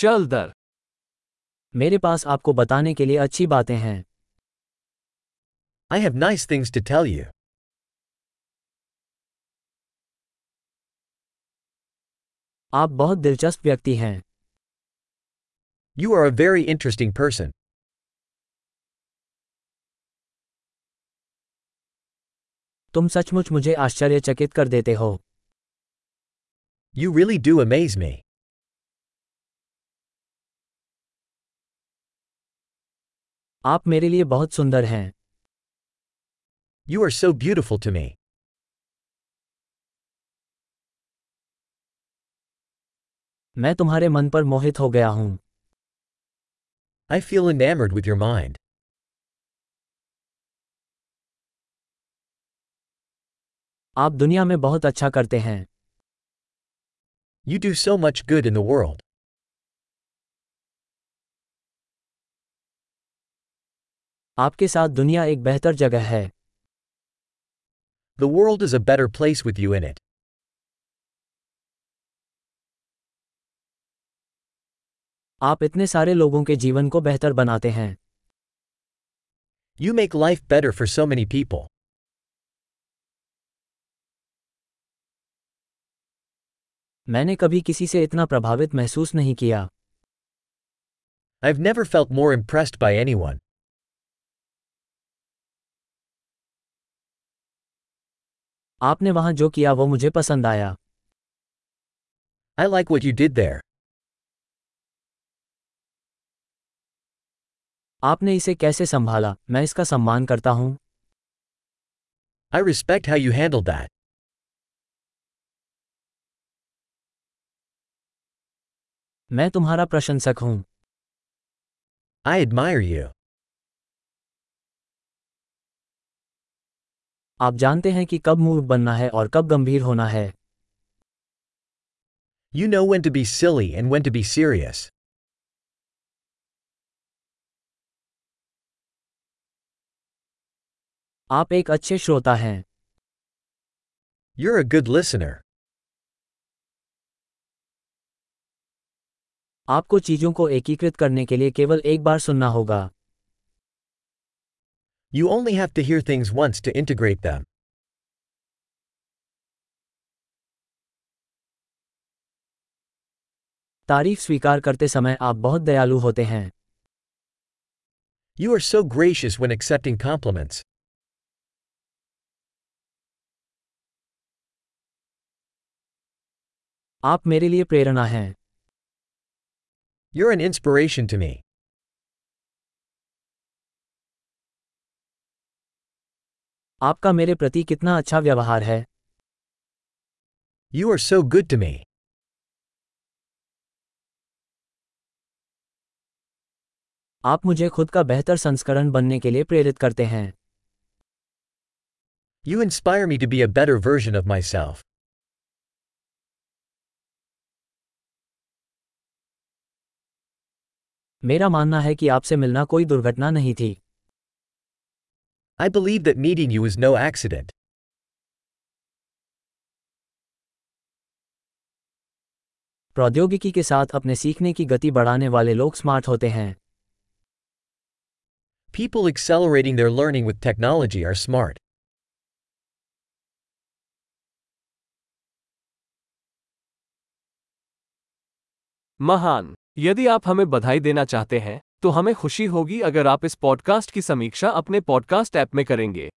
चल दर मेरे पास आपको बताने के लिए अच्छी बातें हैं I have nice things to tell you. आप बहुत दिलचस्प व्यक्ति हैं You are a very interesting person. तुम सचमुच मुझे आश्चर्यचकित कर देते हो You really do amaze me. आप मेरे लिए बहुत सुंदर हैं You are so beautiful to me. मैं तुम्हारे मन पर मोहित हो गया हूँ I feel enamored with your mind. आप दुनिया में बहुत अच्छा करते हैं You do so much good in the world. आपके साथ दुनिया एक बेहतर जगह है The world is a better place with you in it. आप इतने सारे लोगों के जीवन को बेहतर बनाते हैं You make life better for so many people. मैंने कभी किसी से इतना प्रभावित महसूस नहीं किया I've never felt more impressed by anyone. आपने वहाँ जो किया वो मुझे पसंद आया I like what you did there. आपने इसे कैसे संभाला मैं इसका सम्मान करता हूँ I respect how you handled that. मैं तुम्हारा प्रशंसक हूँ I admire you. आप जानते हैं कि कब मूर्ख बनना है और कब गंभीर होना है You know when to be silly and when to be serious. आप एक अच्छे श्रोता हैं You're a good listener. आपको चीजों को एकीकृत करने के लिए केवल एक बार सुनना होगा You only have to hear things once to integrate them. तारीफ स्वीकार करते समय आप बहुत दयालु होते हैं You are so gracious when accepting compliments. आप मेरे लिए प्रेरणा हैं You're an inspiration to me. आपका मेरे प्रति कितना अच्छा व्यवहार है You are so good to me. आप मुझे खुद का बेहतर संस्करण बनने के लिए प्रेरित करते हैं You inspire me to be a better version of myself. मेरा मानना है कि आपसे मिलना कोई दुर्घटना नहीं थी I believe that meeting you is no accident. प्रौद्योगिकी के साथ अपने सीखने की गति बढ़ाने वाले लोग स्मार्ट होते हैं People accelerating their learning with technology are smart. महान यदि आप हमें बधाई देना चाहते हैं तो हमें खुशी होगी अगर आप इस पॉडकास्ट की समीक्षा अपने पॉडकास्ट ऐप में करेंगे